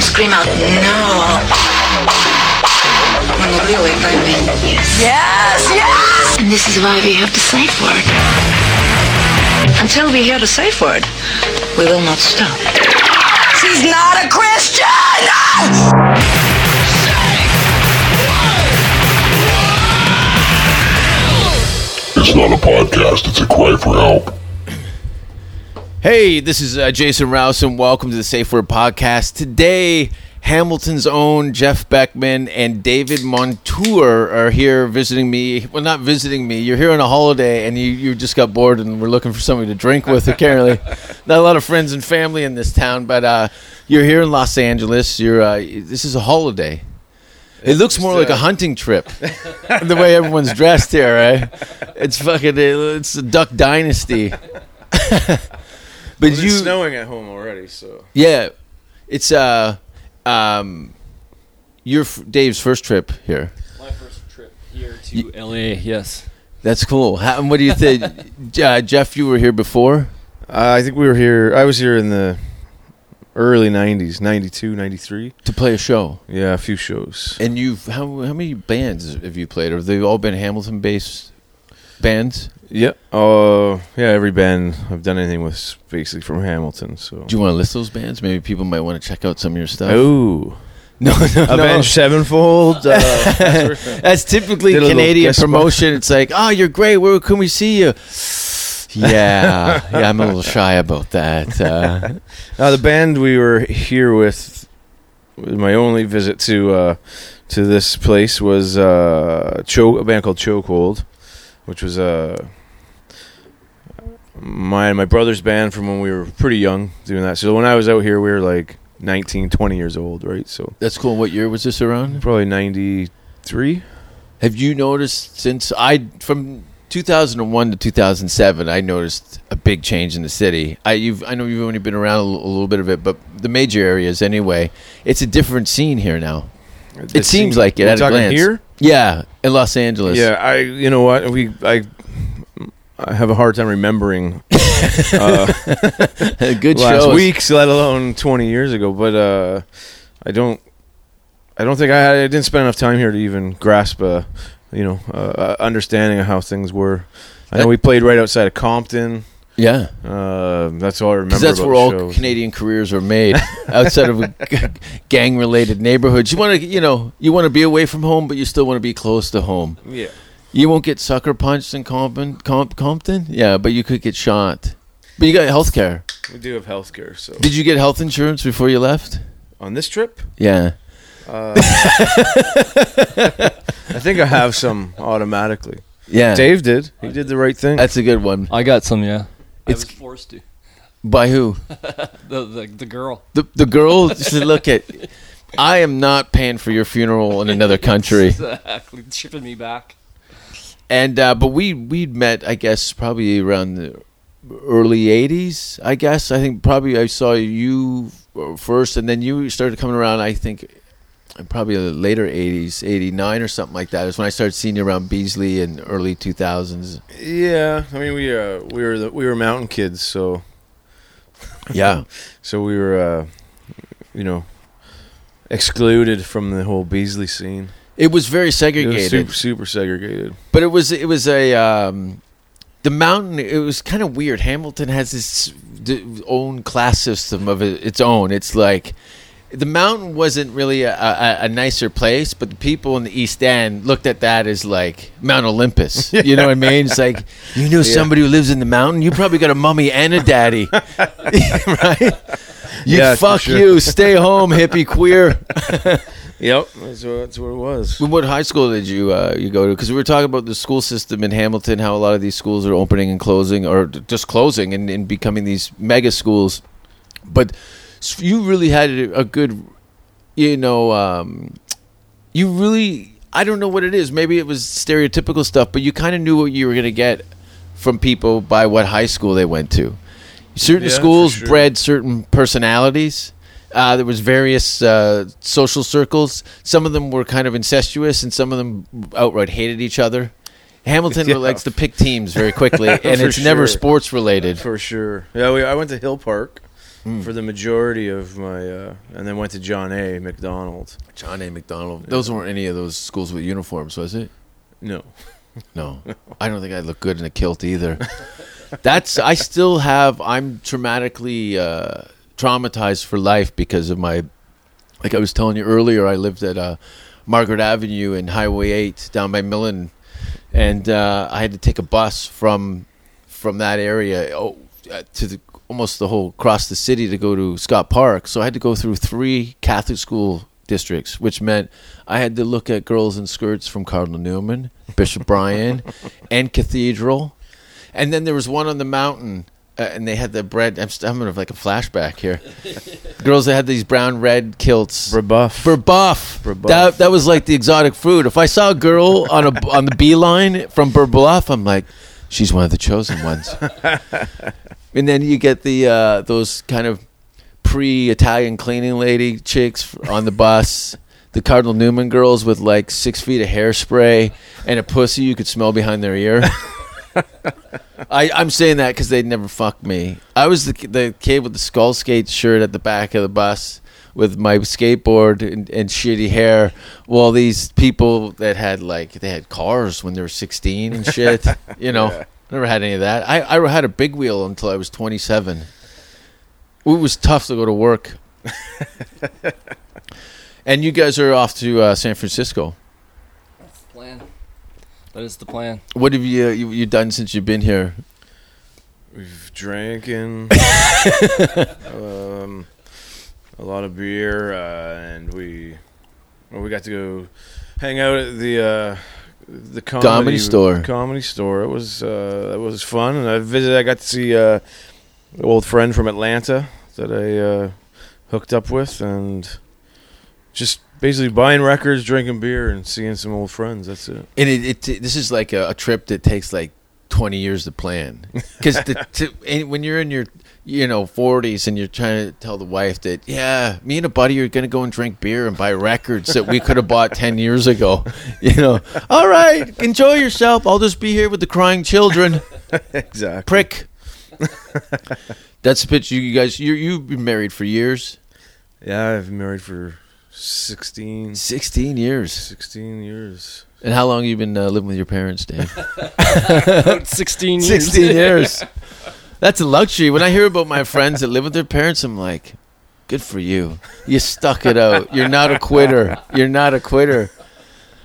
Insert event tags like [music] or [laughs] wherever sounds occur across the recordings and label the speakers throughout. Speaker 1: scream out, no. When you're really burning.
Speaker 2: Yes, yes!
Speaker 1: And this is why we have the safe word. Until we hear the safe word, we will not stop.
Speaker 2: She's not a Christian!
Speaker 3: It's not a podcast, it's a cry for help.
Speaker 4: Hey, this is uh, Jason Rouse, and welcome to the Safe Word Podcast. Today, Hamilton's own Jeff Beckman and David Montour are here visiting me. Well, not visiting me. You're here on a holiday, and you, you just got bored, and we're looking for somebody to drink with. Apparently, not a lot of friends and family in this town, but uh, you're here in Los Angeles. You're uh, this is a holiday. It looks more like a hunting trip, the way everyone's dressed here. Right? It's fucking. It's a Duck Dynasty. [laughs] but
Speaker 5: It's
Speaker 4: you
Speaker 5: snowing at home already, so
Speaker 4: Yeah, it's uh, um, your f- Dave's first trip here.
Speaker 6: My first trip here to LA, yes.
Speaker 4: That's cool. How, and what do you think, uh, Jeff? You were here before.
Speaker 5: Uh, I think we were here. I was here in the early '90s, '92, '93.
Speaker 4: To play a show,
Speaker 5: Yeah, a few shows.
Speaker 4: and you've how how many bands have you played? Have they all been Hamilton-based bands?
Speaker 5: Yeah. Uh, yeah. Every band I've done anything with is basically from Hamilton. So.
Speaker 4: Do you want to list those bands? Maybe people might want to check out some of your stuff.
Speaker 5: Oh,
Speaker 4: [laughs] no, no, no.
Speaker 5: Avenged Sevenfold. Uh,
Speaker 4: [laughs] That's typically
Speaker 5: Did a little
Speaker 4: Canadian
Speaker 5: guess work.
Speaker 4: promotion. It's like, oh, you're great. Where can we see you? Yeah, yeah, I'm a little shy about that. Uh,
Speaker 5: now the band we were here with, was my only visit to uh, to this place was uh, Cho- a band called Chokehold, which was uh, my my brother's band from when we were pretty young doing that. So when I was out here, we were like 19, 20 years old, right? So
Speaker 4: That's cool. What year was this around?
Speaker 5: probably ninety three.
Speaker 4: Have you noticed since I from 2001 to 2007? I noticed a big change in the city. I you've I know you've only been around a l- a little bit of it, but the major areas anyway. It's a different scene here now. It seems like it
Speaker 5: We're
Speaker 4: at a
Speaker 5: talking
Speaker 4: glance.
Speaker 5: here.
Speaker 4: Yeah, in Los Angeles.
Speaker 5: Yeah, I. You know what? We I. I have a hard time remembering uh,
Speaker 4: [laughs] good
Speaker 5: last
Speaker 4: show.
Speaker 5: weeks, let alone twenty years ago. But uh, I don't. I don't think I had. I didn't spend enough time here to even grasp a, you know, uh, understanding of how things were. I know we played right outside of Compton.
Speaker 4: Yeah,
Speaker 5: Uh, that's all I remember.
Speaker 4: because that's
Speaker 5: about
Speaker 4: where
Speaker 5: the
Speaker 4: all
Speaker 5: show.
Speaker 4: Canadian careers are made outside of
Speaker 5: [laughs]
Speaker 4: gang-related neighborhoods. You want to, you know, you want to be away from home, but you still want to be close to home.
Speaker 5: Yeah.
Speaker 4: You won't get sucker punched in Compton. Comp, Compton? Yeah, but you could get shot. But you got health care.
Speaker 5: We do have healthcare. So
Speaker 4: Did you get health insurance before you left?
Speaker 5: on this trip,
Speaker 4: Yeah.
Speaker 5: I think I
Speaker 4: [laughs]
Speaker 5: have some automatically.
Speaker 4: Yeah.
Speaker 5: Dave did. He did the right thing.
Speaker 4: That's a good one.
Speaker 6: I got some, yeah.
Speaker 4: It's-
Speaker 6: I was forced to.
Speaker 4: By who?
Speaker 6: The the, the girl.
Speaker 4: The, the girl should look at. I am not paying for your funeral in another country.
Speaker 6: [laughs] Exactly. Shipping me back.
Speaker 4: And, uh, but we, we'd met, I guess, probably around the early 80s, I guess. I think probably I saw you first, and then you started coming around, I think, and probably the later 80s 89 or something like that is when i started seeing you around beasley and early 2000s
Speaker 5: Yeah, I mean we uh, we were the, we were mountain kids, so
Speaker 4: yeah
Speaker 5: so we were uh, you know excluded from the whole Beasley scene.
Speaker 4: it was very
Speaker 5: It was
Speaker 4: segregated
Speaker 5: super super segregated.
Speaker 4: but it was it was a um, the mountain it was kind of weird hamilton has its d- own class system of it- its own it's like the mountain wasn't really a, a, a nicer place, but the people in the East End looked at that as like Mount Olympus.
Speaker 5: [laughs]
Speaker 4: You know what I mean? It's like you know somebody who lives in the mountain. You probably got a mummy and a
Speaker 5: [laughs]
Speaker 4: daddy, [laughs] right? You
Speaker 5: Yeah, for
Speaker 4: fuck
Speaker 5: sure.
Speaker 4: you. Stay home, hippie queer.
Speaker 5: Yep, that's what, that's what it was.
Speaker 4: Well, What high school did you uh, you go to? Because we were talking about the school system in Hamilton, how a lot of these schools are opening and closing, or d- just closing and, and becoming these mega schools. But s- you really had a a good, you know, um, you really. I don't know what it is. Maybe it was stereotypical stuff, but you kind of knew what you were going to get from people by what high school they went to. Certain
Speaker 5: Yeah, for
Speaker 4: schools
Speaker 5: sure.
Speaker 4: bred certain personalities. Uh, there was various uh, social circles. Some of them were kind of incestuous, and some of them outright hated each other. [laughs] Hamilton
Speaker 5: Yeah.
Speaker 4: likes to [laughs] pick teams very quickly, and
Speaker 5: For
Speaker 4: it's never
Speaker 5: sure.
Speaker 4: sports related.
Speaker 5: For sure. Yeah, we, I went to Hill Park, for the majority of my, uh, and then went to John A. McDonald.
Speaker 4: [laughs] John A. McDonald. Those weren't any of those schools with uniforms, was it?
Speaker 5: No,
Speaker 4: No, [laughs] I don't think I'd look good in a kilt either. [laughs] That's I still have. I'm traumatically uh, traumatized for life because of my. Like I was telling you earlier, I lived at uh, Margaret Avenue and Highway Eight down by Millen, and uh, I had to take a bus from from that area oh, uh, to the, almost the whole across the city to go to Scott Park. So I had to go through three Catholic school districts, which meant I had to look at girls in skirts from Cardinal Newman, Bishop Bryan, and Cathedral. And then there was one on the mountain, uh, and they had the bread. I'm, st- I'm gonna have like a flashback here. girls that had these brown red kilts.
Speaker 5: rebuff.
Speaker 4: For Buff.
Speaker 5: Brebeuf.
Speaker 4: That, that was like the exotic food. If I saw a girl on a [laughs] on the beeline from Burbuff, I'm like, she's one of the chosen [laughs] ones. and then you get the uh, those kind of pre-Italian cleaning lady chicks on the bus. The Cardinal Newman girls with like six feet of hairspray and a pussy you could smell behind their ear. I, I'm saying that because they'd never fuck me. I was the, the kid with the skull skate shirt at the back of the bus with my skateboard and, and shitty hair. While these people that had like they had cars when they were 16 and shit, you know, never had any of that. I, I had a big wheel until I was 27. It was tough to go to work. and you guys are off to uh, San Francisco.
Speaker 6: That's the plan. That is the plan.
Speaker 4: What have you, you you done since you've been here?
Speaker 5: We've
Speaker 4: [laughs]
Speaker 5: drank in um, a lot of beer, uh, and we well, we got to go hang out at the uh, the comedy,
Speaker 4: Comedy store.
Speaker 5: Comedy store. It was uh, it was fun, and I visited. I got to see uh, an old friend from Atlanta that I uh, hooked up with, and just basically buying records, drinking beer, and seeing some old friends. That's it.
Speaker 4: And it, it this is like a, a trip that takes like twenty years to plan, because when you're in your you know forties and you're trying to tell the wife that yeah, me and a buddy are gonna go and drink beer and buy records that we could have bought ten years ago. [laughs] You know, all right, enjoy yourself. I'll just be here with the crying children.
Speaker 5: Exactly.
Speaker 4: Prick. That's the pitch. You, you guys, you you've been married for years,
Speaker 5: Yeah, I've been married for 16,
Speaker 4: sixteen years.
Speaker 5: 16 years.
Speaker 4: And how long you been uh, living with your parents, Dave?
Speaker 6: About 16 years.
Speaker 4: 16
Speaker 6: [laughs]
Speaker 4: years. That's a luxury. When I hear about my friends that live with their parents, I'm like, good for you. You stuck it out. You're not a quitter. You're not a quitter.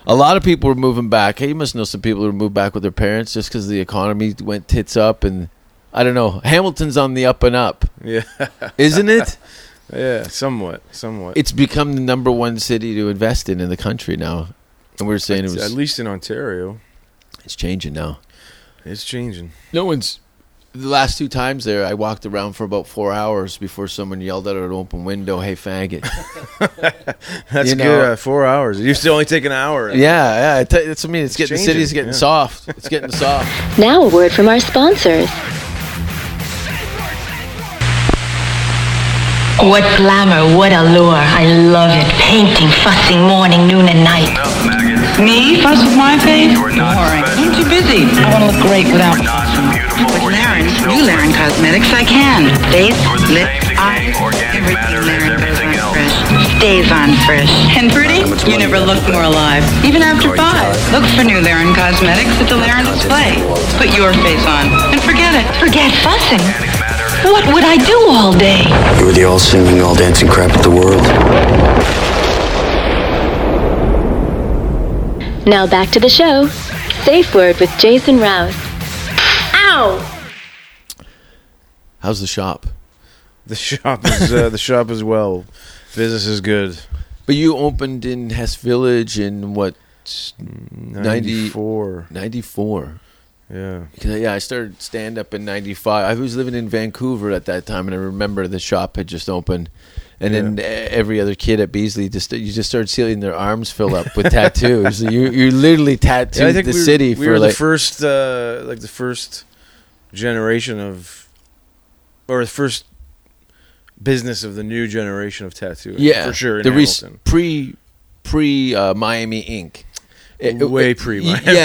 Speaker 4: A lot of people are moving back. Hey, you must know some people who moved back with their parents just because the economy went tits up. And I don't know. Hamilton's on the up and up,
Speaker 5: Yeah,
Speaker 4: isn't it?
Speaker 5: yeah, somewhat, somewhat.
Speaker 4: It's become the number one city to invest in in the country now. And we are saying it
Speaker 5: It's- at
Speaker 4: was,
Speaker 5: least in Ontario,
Speaker 4: it's changing now.
Speaker 5: it's changing. [laughs]
Speaker 4: No one's. The last two times there, I walked around for about four hours before someone yelled out an open window, "Hey,
Speaker 5: [laughs]
Speaker 4: faggot!"
Speaker 5: That's
Speaker 4: You
Speaker 5: good.
Speaker 4: know-
Speaker 5: uh, four hours. It used to only take an hour.
Speaker 4: yeah, yeah. I tell you, that's what I mean. It's, getting
Speaker 5: changing,
Speaker 4: the city's getting
Speaker 5: yeah.
Speaker 4: soft.
Speaker 5: [laughs]
Speaker 4: It's getting soft.
Speaker 7: Now, a word from our sponsors.
Speaker 8: What glamour, what allure. I love it. Painting, fussing, morning, noon, and night.
Speaker 2: Me? Fuss with my face?
Speaker 9: You're not
Speaker 2: Boring.
Speaker 9: special.
Speaker 2: I'm too busy. I want to look great without
Speaker 9: We're not beautiful or
Speaker 2: With Laren,
Speaker 9: unique,
Speaker 2: new
Speaker 9: no
Speaker 2: Laren Cosmetics, I can. Face,
Speaker 9: We're the same
Speaker 2: lips,
Speaker 9: decaying
Speaker 2: eyes,
Speaker 9: organic
Speaker 2: everything
Speaker 9: matter as
Speaker 2: Laren goes
Speaker 9: everything else.
Speaker 2: on fresh. Stays on fresh. And pretty? You never look more alive. Even after five. Look for new Laren Cosmetics at the Laren display. Put your face on and forget it.
Speaker 8: Forget fussing.
Speaker 9: matter.
Speaker 8: What would I do all day?
Speaker 10: You were the all singing, all dancing crap of the world.
Speaker 7: Now back to the show. Safe word with Jason Rouse. Ow!
Speaker 4: How's the shop?
Speaker 5: The shop is uh, the shop is well. Business is good.
Speaker 4: But you opened in Hess Village in what
Speaker 5: Ninety four.
Speaker 4: ninety four?
Speaker 5: Yeah.
Speaker 4: Yeah, I started stand up in ninety five. I was living in Vancouver at that time, and I remember the shop had just opened. And then then every other kid at Beasley just you just started seeing their arms fill up with tattoos. [laughs] you you literally tattooed
Speaker 5: Yeah, I think
Speaker 4: the
Speaker 5: we were,
Speaker 4: city
Speaker 5: we
Speaker 4: for
Speaker 5: were
Speaker 4: like
Speaker 5: the first, uh, like the first generation of, or the first business of the new generation of tattooing.
Speaker 4: yeah
Speaker 5: for sure. In
Speaker 4: the
Speaker 5: Hamilton.
Speaker 4: pre pre uh, Miami Ink. it-
Speaker 5: Way
Speaker 4: it-
Speaker 5: pre-
Speaker 4: y- Yeah,
Speaker 5: [laughs]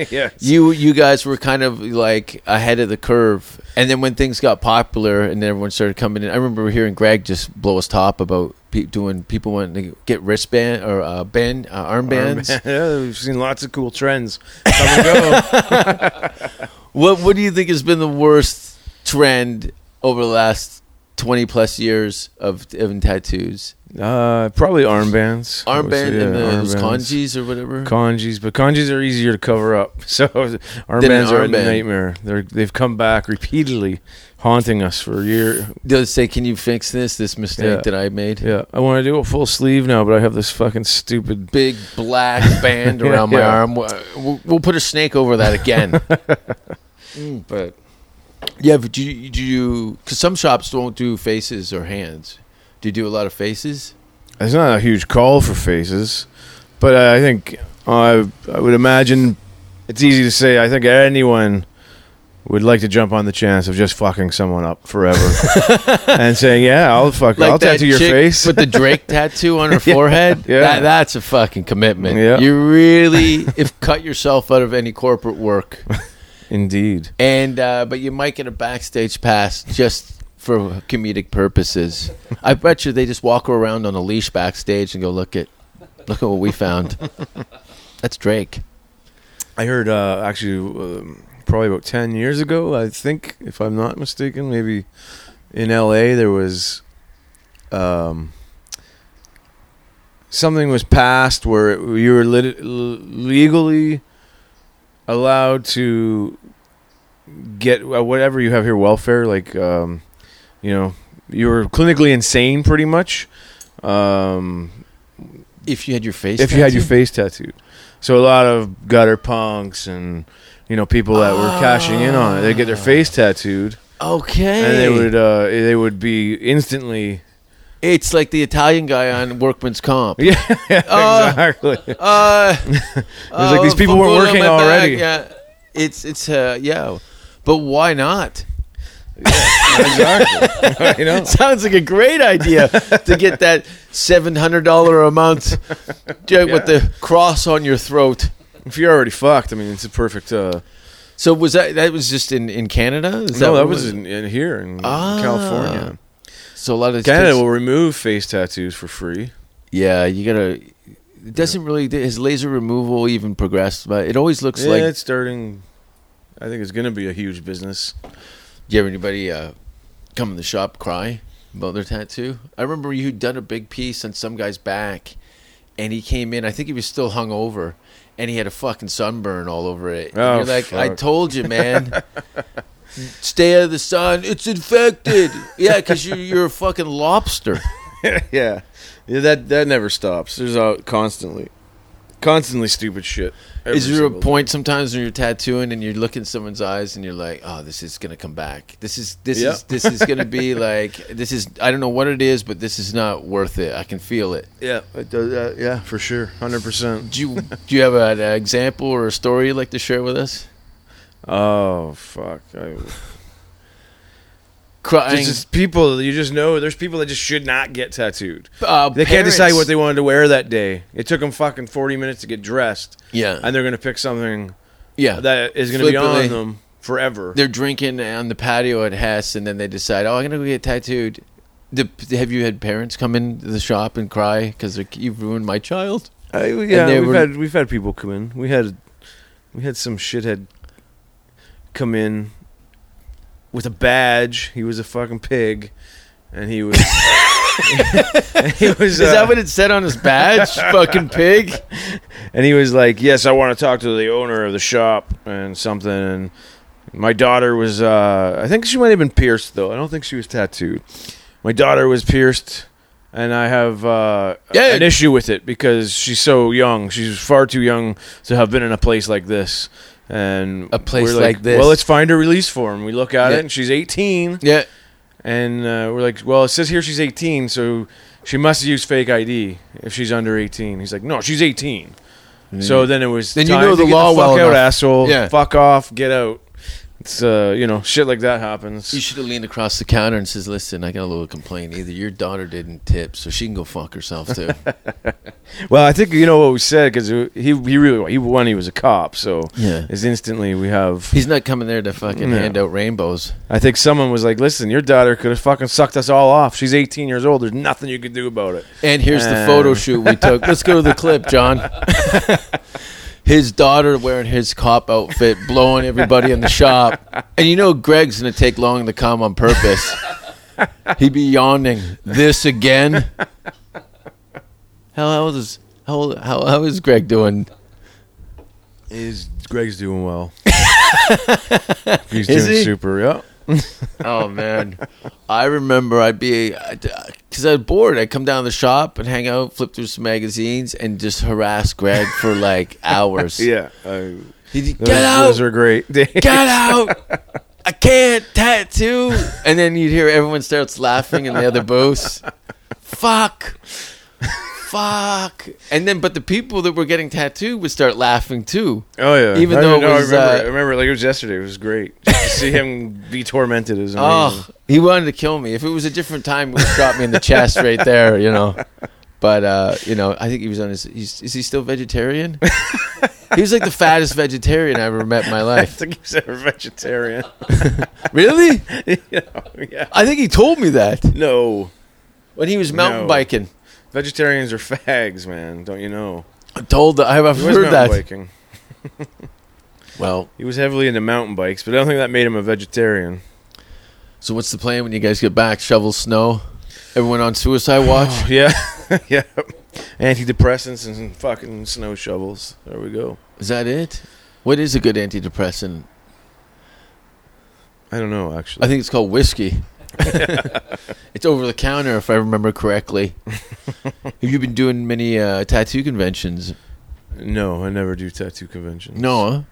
Speaker 4: yeah.
Speaker 5: Yes.
Speaker 4: You you guys were kind of like ahead of the curve, and then when things got popular and everyone started coming in, I remember hearing Greg just blow his top about pe- doing people wanting to get wristband or uh, band uh, armbands. [laughs]
Speaker 5: [laughs] yeah, we've seen lots of cool trends come and go.
Speaker 4: What What do you think has been the worst trend over the last twenty plus years of of tattoos?
Speaker 5: Uh, probably armbands. I would say,
Speaker 4: Armband
Speaker 5: yeah,
Speaker 4: and the, those
Speaker 5: armbands.
Speaker 4: kanjis or whatever.
Speaker 5: Kanjis, but kanjis are easier to cover up. [laughs] So armbands are a
Speaker 4: armband.
Speaker 5: nightmare. They're, they've come back repeatedly, haunting us for a year.
Speaker 4: They'll say, "Can you fix this? This mistake
Speaker 5: Yeah.
Speaker 4: that I made."
Speaker 5: Yeah, I want to do a full sleeve now, but I have this fucking stupid.
Speaker 4: Big
Speaker 5: [laughs]
Speaker 4: black band
Speaker 5: Yeah,
Speaker 4: around my
Speaker 5: yeah.
Speaker 4: arm. We'll- We'll, we'll put a snake over that
Speaker 5: [laughs]
Speaker 4: again. Mm,
Speaker 5: But
Speaker 4: yeah, but do you, do you? Because some shops won't do faces or hands. Do you do a lot of faces?
Speaker 5: There's not a huge call for faces, but I I think I I would imagine it's easy to say. I think anyone would like to jump on the chance of just fucking someone up [laughs] forever and saying, "Yeah, I'll fuck, I'll
Speaker 4: that
Speaker 5: tattoo your
Speaker 4: chick
Speaker 5: face."
Speaker 4: with the Drake tattoo on her forehead.
Speaker 5: yeah.
Speaker 4: That- that's a fucking commitment.
Speaker 5: Yeah.
Speaker 4: You
Speaker 5: [laughs]
Speaker 4: really if cut yourself out of any corporate work,
Speaker 5: [laughs] Indeed,
Speaker 4: and uh, but you might get a backstage pass just for comedic purposes. I bet you they just walk her around on a leash backstage and go look at look at what we found. That's Drake.
Speaker 5: I heard uh, actually um, probably about ten years ago. I think, if I'm not mistaken, maybe in L.A. there was um, something was passed where it, you were lit- l- legally allowed to get uh, whatever you have here welfare like um, you know you were clinically insane pretty much um,
Speaker 4: If you had your face,
Speaker 5: if you had your
Speaker 4: tattooed?
Speaker 5: face tattooed. So a lot of gutter punks and you know people that were cashing in on it, they get
Speaker 4: Ah.
Speaker 5: their face tattooed,
Speaker 4: okay,
Speaker 5: and they would uh, they would
Speaker 4: [laughs]
Speaker 5: be instantly [laughs]
Speaker 4: It's like the Italian guy on Workman's Comp.
Speaker 5: yeah exactly. It's
Speaker 4: Uh,
Speaker 5: like these
Speaker 4: Oh,
Speaker 5: people weren't
Speaker 4: Fabula
Speaker 5: working
Speaker 4: went back,
Speaker 5: already.
Speaker 4: Yeah, it's it's uh, yeah, but why not?
Speaker 5: Exactly. [laughs] you know,
Speaker 4: [laughs] Sounds like a great idea to get that seven hundred dollar a month joke with the cross on your throat.
Speaker 5: if you're already fucked, I mean, it's a perfect. Uh,
Speaker 4: So was that that was just in in Canada? Is
Speaker 5: no,
Speaker 4: what
Speaker 5: that was in, in here in
Speaker 4: Ah.
Speaker 5: California.
Speaker 4: so a lot of
Speaker 5: Canada
Speaker 4: kids-
Speaker 5: will remove face tattoos for free.
Speaker 4: yeah, you gotta. It doesn't really. Has laser removal even progressed? But it always looks
Speaker 5: yeah,
Speaker 4: like.
Speaker 5: it's starting. I think it's going to be a huge business.
Speaker 4: Do you have anybody uh, come in the shop cry about their tattoo? I remember you had done a big piece on some guy's back, and he came in. I think he was still hung over, and he had a fucking sunburn all over it. And
Speaker 5: Oh,
Speaker 4: you're like, I
Speaker 5: fuck.
Speaker 4: told you,
Speaker 5: [laughs]
Speaker 4: man. Stay out of the sun. It's infected. Yeah, because you're, you're a fucking lobster.
Speaker 5: [laughs] yeah. yeah, that that never stops. There's out constantly, constantly stupid shit. Every
Speaker 4: Is there a
Speaker 5: single day.
Speaker 4: point sometimes when you're tattooing and you look in someone's eyes and you're like, "Oh, this is gonna come back. This is this
Speaker 5: Yeah.
Speaker 4: is this is gonna
Speaker 5: [laughs]
Speaker 4: be like this is I don't know what it is, but this is not worth it. I can feel it."
Speaker 5: Yeah, it does, uh, yeah, for sure, hundred percent.
Speaker 4: Do you do you have an example or a story you'd like to share with us?
Speaker 5: Oh fuck! I,
Speaker 4: Crying.
Speaker 5: it's just people that you just know. There's people that just should not get tattooed.
Speaker 4: uh,
Speaker 5: They can't
Speaker 4: parents.
Speaker 5: decide what they wanted to wear that day. It took them fucking forty minutes to get dressed,
Speaker 4: Yeah.
Speaker 5: and they're gonna pick something
Speaker 4: yeah.
Speaker 5: that is gonna be
Speaker 4: Flippantly.
Speaker 5: on them forever.
Speaker 4: They're drinking on the patio at Hess, and then they decide, "Oh, I'm gonna go get tattooed." The, have you had parents come into the shop and cry because you've ruined my child?
Speaker 5: I, Uh, yeah,
Speaker 4: they
Speaker 5: we've
Speaker 4: were-
Speaker 5: had we've had people come in. We had we had some shithead come in with a badge. He was a fucking pig, and he was. [laughs] and he
Speaker 4: [laughs]
Speaker 5: was.
Speaker 4: Is
Speaker 5: uh,
Speaker 4: that what it said on his badge? Fucking
Speaker 5: [laughs]
Speaker 4: pig.
Speaker 5: and he was like, "Yes, I want to talk to the owner of the shop and something." And my daughter was, uh, I think she might have been pierced though. I don't think she was tattooed. My daughter was pierced, and I have uh,
Speaker 4: Yeah.
Speaker 5: an issue with it because she's so young. She's far too young to have been in a place like this. And
Speaker 4: A place
Speaker 5: we're
Speaker 4: like this.
Speaker 5: Well, let's find a release form. We look at
Speaker 4: Yeah.
Speaker 5: it, and she's 18,
Speaker 4: Yeah.
Speaker 5: and uh, we're like, "Well, it says here she's 18, so." She must use fake ID if she's under 18. He's like, no, she's 18. So then it was.
Speaker 4: Then you
Speaker 5: time
Speaker 4: know
Speaker 5: to
Speaker 4: the
Speaker 5: get
Speaker 4: law
Speaker 5: fuck
Speaker 4: well
Speaker 5: out,
Speaker 4: enough.
Speaker 5: asshole.
Speaker 4: Yeah.
Speaker 5: Fuck off. Get out. It's uh, you know, shit like that happens.
Speaker 4: You should have leaned across the counter and says, "Listen, I got a little complaint. Either your daughter didn't tip, so she can go fuck herself [laughs] too."
Speaker 5: Well, I think you know what we said because he he really he one he was a cop, so
Speaker 4: Yeah.
Speaker 5: is instantly we have.
Speaker 4: He's not coming there to fucking
Speaker 5: No.
Speaker 4: hand out rainbows.
Speaker 5: I think someone was like, "Listen, your daughter could have fucking sucked us all off. She's 18 years old. There's nothing you could do about it."
Speaker 4: And here's the photo
Speaker 5: Um.
Speaker 4: shoot we took. Let's go to the clip, [laughs] John. his daughter wearing his cop outfit, blowing everybody in the shop. And you know Greg's gonna take long to come on purpose. He'd be yawning. This again? [laughs] How old is how old, how, how is Greg doing?
Speaker 5: Is Greg's doing well? [laughs] He's
Speaker 4: Is
Speaker 5: doing
Speaker 4: he?
Speaker 5: super. Yeah.
Speaker 4: Oh man, I remember I'd be because I'd bored. I'd come down to the shop and hang out, flip through some magazines, and just harass Greg for like hours.
Speaker 5: [laughs] Yeah. Uh,
Speaker 4: He'd, get
Speaker 5: those,
Speaker 4: out,
Speaker 5: Those are [laughs] great. days.
Speaker 4: get out. I can't tattoo. And then you'd hear everyone starts laughing in the other booths. Fuck. Fuck. And then, but the people that were getting tattooed would start laughing too.
Speaker 5: Oh yeah.
Speaker 4: Even
Speaker 5: I
Speaker 4: though it
Speaker 5: know,
Speaker 4: was,
Speaker 5: I remember,
Speaker 4: uh,
Speaker 5: I remember it like it was yesterday. It was great. Just to see him be tormented is amazing.
Speaker 4: Oh, he wanted to kill me. If it was a different time, he would have shot me in the chest right there, you know. But uh, you know, I think he was on his. He's, is he still vegetarian? he was like the fattest vegetarian I ever met in my
Speaker 5: [laughs] I
Speaker 4: life.
Speaker 5: [laughs] think he's a vegetarian. [laughs]
Speaker 4: Really?
Speaker 5: You know, yeah.
Speaker 4: I think he told me that
Speaker 5: No.
Speaker 4: when he was mountain
Speaker 5: No.
Speaker 4: biking.
Speaker 5: Vegetarians are fags, man. Don't you know?
Speaker 4: I told that I've I've
Speaker 5: He was
Speaker 4: heard
Speaker 5: mountain
Speaker 4: that.
Speaker 5: biking.
Speaker 4: Well,
Speaker 5: He was heavily into mountain bikes, but I don't think that made him
Speaker 4: [sighs]
Speaker 5: a vegetarian.
Speaker 4: so what's the plan when you guys get back? Shovel snow. Everyone on suicide
Speaker 5: [sighs]
Speaker 4: watch.
Speaker 5: Yeah, [laughs] yeah. Antidepressants and fucking snow shovels. There we go.
Speaker 4: Is that it? What is a good antidepressant?
Speaker 5: I don't know actually.
Speaker 4: I think it's called [laughs] whiskey. it's over the counter, if I remember correctly. Have you been doing many uh, tattoo conventions?
Speaker 5: no, I never do tattoo conventions.
Speaker 4: No, huh?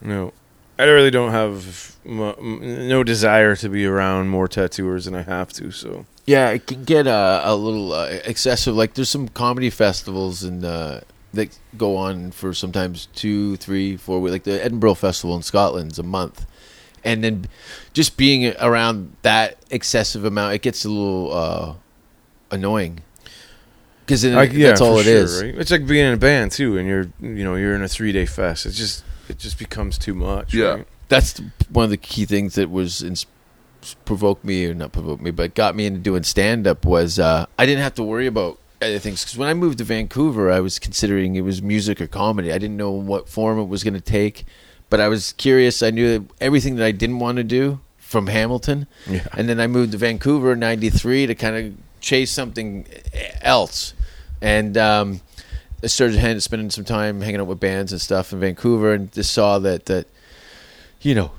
Speaker 5: no. I really don't have mu- m- no desire to be around more tattooers than I have to. So
Speaker 4: Yeah, it can get uh, a little uh, excessive. Like there's some comedy festivals and uh, that go on for sometimes two, three, four weeks. Like the Edinburgh Festival in Scotland's a month, and then just being around that excessive amount, it gets a little uh, annoying. Because
Speaker 5: I, yeah,
Speaker 4: that's all
Speaker 5: for
Speaker 4: it
Speaker 5: sure,
Speaker 4: is.
Speaker 5: right? It's like being in a band too, and you're you know you're in a three day fest. It just it just becomes too much. right?
Speaker 4: that's the- one of the key things that was ins- provoked me or not provoked me but got me into doing stand up was uh, i didn't have to worry about other things because when i moved to vancouver i was considering it was music or comedy i didn't know what form it was going to take but i was curious i knew that everything that i didn't want to do from hamilton
Speaker 5: Yeah.
Speaker 4: and then i moved to vancouver in 93 to kind of chase something eh, else and um, I started hand, spending some time hanging out with bands and stuff in Vancouver, and just saw that that you know,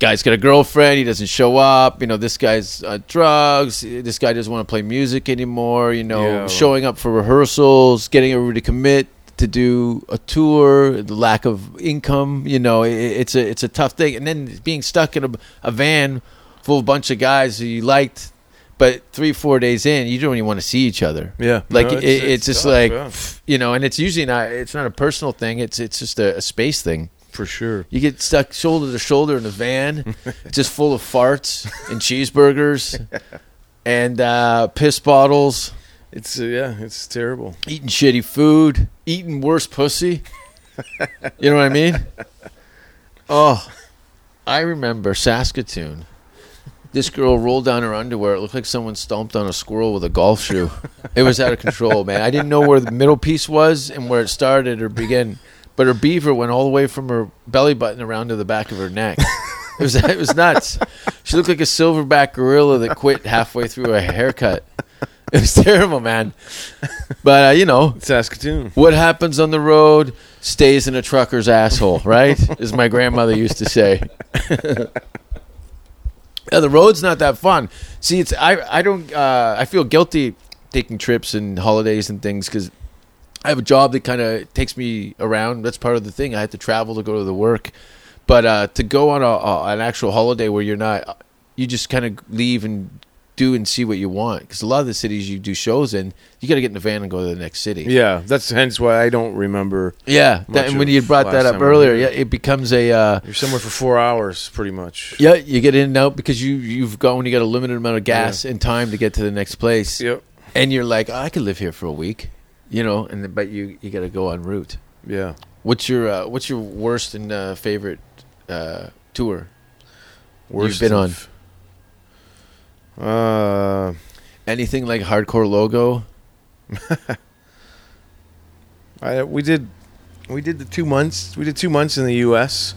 Speaker 4: guy's got a girlfriend. He doesn't show up. You know, this guy's on drugs. This guy doesn't want to play music anymore. You know,
Speaker 5: Yeah, well-
Speaker 4: showing up for rehearsals, getting everybody to commit to do a tour, the lack of income. You know, i it's a it's a tough thing. And then being stuck in a, a van full of bunch of guys who you liked. But three four days in, you don't even want to see each other.
Speaker 5: Yeah.
Speaker 4: like
Speaker 5: No,
Speaker 4: it,
Speaker 5: it's-
Speaker 4: it's,
Speaker 5: it's
Speaker 4: just
Speaker 5: tough,
Speaker 4: like
Speaker 5: yeah.
Speaker 4: you know, and it's usually not. It's not a personal thing. It's it's just a, a space thing.
Speaker 5: for sure.
Speaker 4: You get stuck shoulder to shoulder in a van, just full of farts and cheeseburgers and uh, piss bottles,
Speaker 5: It's uh, yeah, it's terrible.
Speaker 4: eating shitty food, eating worse pussy. You know what I mean? Oh, I remember Saskatoon. This girl rolled down her underwear. It looked like someone stomped on a squirrel with a golf shoe. It was out of control, man. I didn't know where the middle piece was and where it started or began, but her beaver went all the way from her belly button around to the back of her neck. It was it was nuts. She looked like a silverback gorilla that quit halfway through a haircut. It was terrible, man. But uh, you know,
Speaker 5: Saskatoon.
Speaker 4: what happens on the road stays in a trucker's asshole, right? As my grandmother used to say. [laughs] Yeah, the road's not that fun. See, it's I I don't uh, I feel guilty taking trips and holidays and things because I have a job that kind of takes me around. That's part of the thing. I have to travel to go to the work, but uh, to go on a, a, an actual holiday where you're not, you just kind of leave and do and see what you want. Because a lot of the cities you do shows in, you got to get in the van and go to the next city.
Speaker 5: Yeah, that's hence why I don't remember.
Speaker 4: Yeah, that,
Speaker 5: Much
Speaker 4: and when
Speaker 5: of
Speaker 4: you brought that
Speaker 5: last
Speaker 4: up
Speaker 5: time we
Speaker 4: earlier,
Speaker 5: were
Speaker 4: yeah,
Speaker 5: there.
Speaker 4: it becomes a uh,
Speaker 5: You're somewhere for four hours, pretty much.
Speaker 4: yeah. You get in and out because you you've gone. You got a limited amount of gas and time to get to the next place.
Speaker 5: Yep.
Speaker 4: And you're like, oh, I could live here for a week, you know. And but you you got to go en route.
Speaker 5: Yeah.
Speaker 4: What's your uh, what's your worst and uh, favorite uh, tour?
Speaker 5: Worst
Speaker 4: been on?
Speaker 5: of- Uh,
Speaker 4: Anything like hardcore logo?
Speaker 5: I, we did, we did the two months. We did two months in the U.S.,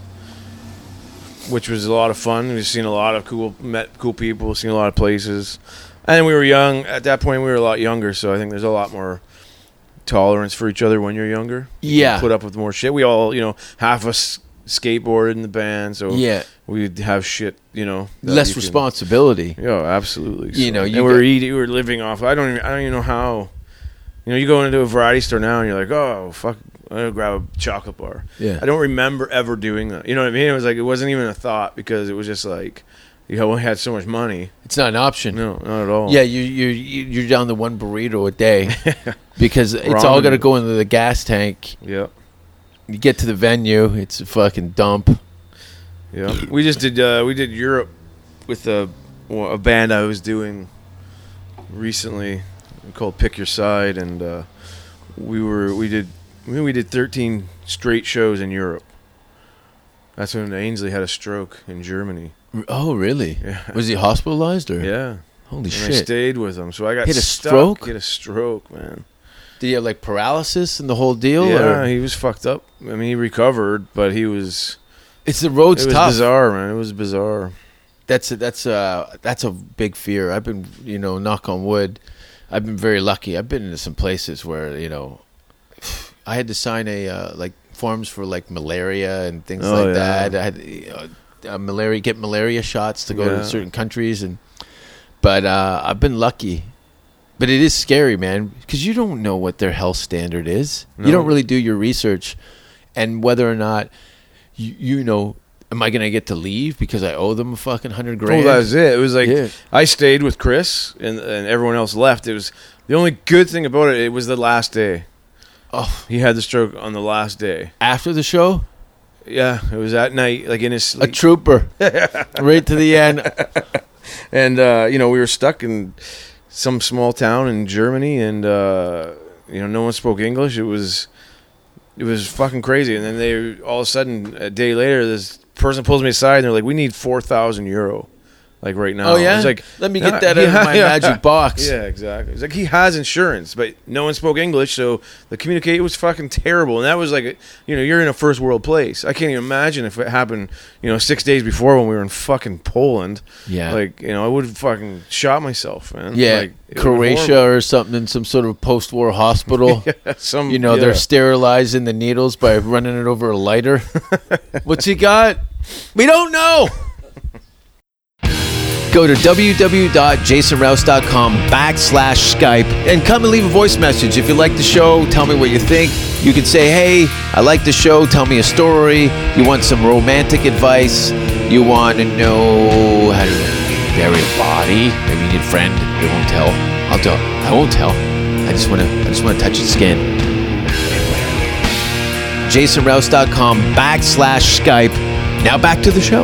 Speaker 5: which was a lot of fun. We've seen a lot of cool, met cool people, seen a lot of places, and we were young at that point. We were a lot younger, so I think there's a lot more tolerance for each other when you're younger. You
Speaker 4: Yeah.
Speaker 5: put up with more shit. We all, you know, half of us skateboarded in the band, so
Speaker 4: Yeah.
Speaker 5: we'd have shit, you know, that
Speaker 4: Less
Speaker 5: you can-
Speaker 4: responsibility.
Speaker 5: Yeah, absolutely.
Speaker 4: You know, you
Speaker 5: and we're
Speaker 4: get-
Speaker 5: eating, we're living off. I don't even, I don't even know how. You know, you go into a variety store now, and you're like, oh fuck, I'm gonna grab a chocolate bar.
Speaker 4: Yeah.
Speaker 5: I don't remember ever doing that. You know what I mean? It was like it wasn't even a thought because it was just like, you only had so much money.
Speaker 4: It's not an option.
Speaker 5: No, not at all.
Speaker 4: Yeah, you you you- you're down to one burrito a
Speaker 5: [laughs]
Speaker 4: day because it's all
Speaker 5: Ramen.
Speaker 4: got to go into the gas tank.
Speaker 5: yeah,
Speaker 4: You get to the venue, it's a fucking dump.
Speaker 5: yeah. [clears throat] We just did, uh, we did Europe with a well, a band I was doing recently called Pick Your Side, and uh, we were we did I mean, we did 13 straight shows in Europe. That's when Ainsley had a stroke in Germany. [laughs]
Speaker 4: R- Oh, really?
Speaker 5: Yeah.
Speaker 4: Was he hospitalized or?
Speaker 5: Yeah,
Speaker 4: Holy
Speaker 5: and I
Speaker 4: shit!
Speaker 5: stayed with him, so I got
Speaker 4: He had a
Speaker 5: stuck.
Speaker 4: stroke?
Speaker 5: Get a stroke, man.
Speaker 4: Did he have like paralysis and the whole deal?
Speaker 5: Yeah,
Speaker 4: Or?
Speaker 5: he was fucked up. I mean, he recovered, but he was.
Speaker 4: It's the road's
Speaker 5: it was
Speaker 4: tough.
Speaker 5: bizarre, man. It was bizarre.
Speaker 4: That's a, that's a that's a big fear. I've been you know knock on wood. I've been very lucky. I've been into some places where you know I had to sign a uh, like forms for like malaria and things
Speaker 5: Oh,
Speaker 4: like
Speaker 5: yeah.
Speaker 4: that. I had uh, uh, malaria get malaria shots to go
Speaker 5: Yeah.
Speaker 4: to certain countries and but uh, I've been lucky. But it is scary, man, because you don't know what their health standard is. You
Speaker 5: No.
Speaker 4: don't really do your research and whether or not you, you know, am I gonna get to leave because I owe them a fucking hundred grand?
Speaker 5: Oh, that was it. It was like
Speaker 4: Yeah.
Speaker 5: I stayed with Chris, and and everyone else left. It was the only good thing about it. It was the last day.
Speaker 4: Oh,
Speaker 5: He had the stroke on the last day.
Speaker 4: after the show,
Speaker 5: Yeah, it was at night, like in his
Speaker 4: a
Speaker 5: sleep. [laughs]
Speaker 4: trooper, right to the end.
Speaker 5: and uh, you know, we were stuck in some small town in Germany, and uh, you know, no one spoke English. It was it was fucking crazy. And then they all of a sudden, a day later, this person pulls me aside, and they're like, "We need four thousand euro." Like right now,
Speaker 4: Oh, yeah?
Speaker 5: I was like,
Speaker 4: Let me
Speaker 5: [laughs]
Speaker 4: get that out of my magic box.
Speaker 5: Yeah, exactly. It's like he has insurance, but no one spoke English, so the communicate was fucking terrible. And that was like, a, you know, you're in a first world place. I can't even imagine if it happened, you know, six days before when we were in fucking Poland.
Speaker 4: Yeah.
Speaker 5: like you know, I would have fucking shot myself, man.
Speaker 4: Yeah,
Speaker 5: like, it was
Speaker 4: Croatia or something in some sort of post-war hospital.
Speaker 5: horrible. [laughs] Some,
Speaker 4: You know,
Speaker 5: [laughs] yeah.
Speaker 4: they're sterilizing the needles by running it over a lighter. [laughs] What's he got? We don't know. Go to www.jasonrouse.com backslash Skype and come and leave a voice message. If you like the show, tell me what you think. You can say, hey, I like the show. Tell me a story. You want some romantic advice. You want to know how to bury a body. Maybe you need a friend. They won't tell. I'll tell. I won't tell. I just want to. I just want to touch its skin jasonrouse.com backslash Skype. Now back to the show.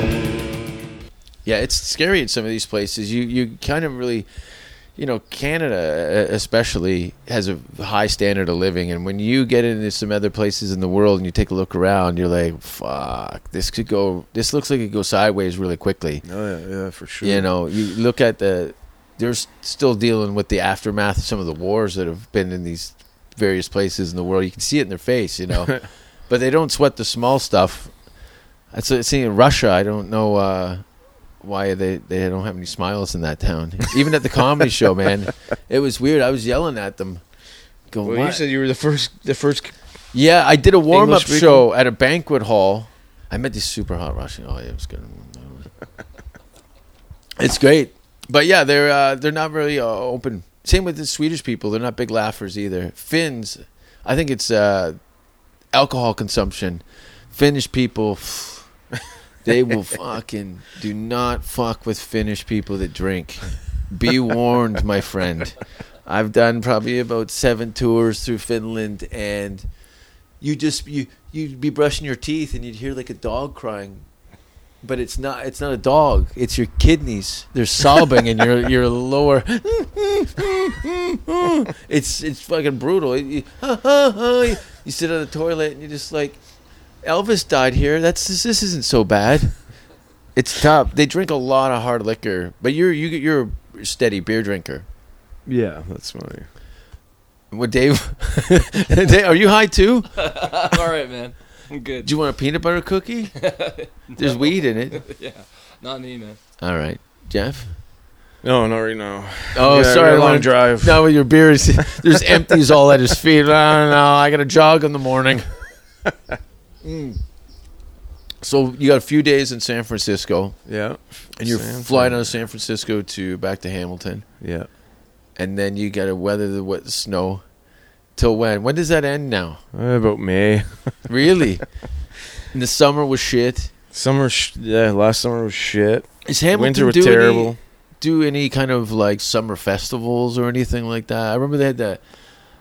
Speaker 4: Yeah, it's scary in some of these places. You you kind of really, you know, Canada uh, especially has a high standard of living, and when you get into some other places in the world and you take a look around, you're like, fuck, this could go. This looks like it could go sideways really quickly.
Speaker 5: Oh yeah, yeah, for sure.
Speaker 4: You know, you look at the they're s- still dealing with the aftermath of some of the wars that have been in these various places in the world. You can see it in their face, you
Speaker 5: [laughs]
Speaker 4: know. but they don't sweat the small stuff. I s- see in Russia, I don't know uh, why they, they don't have any smiles in that town. Even at the comedy show,
Speaker 5: [laughs]
Speaker 4: man, it was weird. I was yelling at them. Going,
Speaker 5: Well,
Speaker 4: "Why-
Speaker 5: you said you were the first, the first.
Speaker 4: yeah, I did a warm up
Speaker 5: speaking?
Speaker 4: show at a banquet hall. I met this super hot Russian. Oh, yeah, it was good. it's great, but yeah, they're uh, they're not really uh, open. Same with the Swedish people; they're not big laughers either. Finns, I think it's uh, alcohol consumption. Finnish people, [sighs] they will fucking do not fuck with Finnish people that drink. Be warned, my friend. I've done probably about seven tours through Finland, and you just you you'd be brushing your teeth and you'd hear like a dog crying, but it's not it's not a dog. It's your kidneys. They're sobbing in your your lower. it's it's fucking brutal. You, you, you sit on the toilet and you're just like, Elvis died here. That's this, this isn't so bad. It's tough. They drink a lot of hard liquor, but you're you you're a steady beer drinker.
Speaker 5: Yeah, that's funny.
Speaker 4: Well, Dave, [laughs] Dave, are you high too?
Speaker 6: I'm [laughs] all right, man. I'm good.
Speaker 4: Do you want a peanut butter cookie? There's weed in it.
Speaker 6: yeah, not me, man.
Speaker 4: All right, Jeff.
Speaker 5: No, not right now.
Speaker 4: Oh,
Speaker 5: Yeah,
Speaker 4: sorry,
Speaker 5: really
Speaker 4: I
Speaker 5: long
Speaker 4: want
Speaker 5: drive.
Speaker 4: No, your beer is [laughs] there's empties all at his feet. No, no, no, I got to jog in the
Speaker 5: [laughs]
Speaker 4: morning. Mm. So you got a few days in San Francisco,
Speaker 5: Yeah,
Speaker 4: and you're
Speaker 5: San
Speaker 4: flying
Speaker 5: Fran.
Speaker 4: out of San Francisco to back to Hamilton,
Speaker 5: Yeah,
Speaker 4: and then you got to weather the wet snow. Till when? When does that end now?
Speaker 5: Uh, about May. [laughs]
Speaker 4: Really? and the summer was shit.
Speaker 5: Summer, sh- yeah, last summer was shit.
Speaker 4: Is Hamilton
Speaker 5: Winter was
Speaker 4: do any-
Speaker 5: terrible.
Speaker 4: do any kind of like summer festivals or anything like that? I remember they had that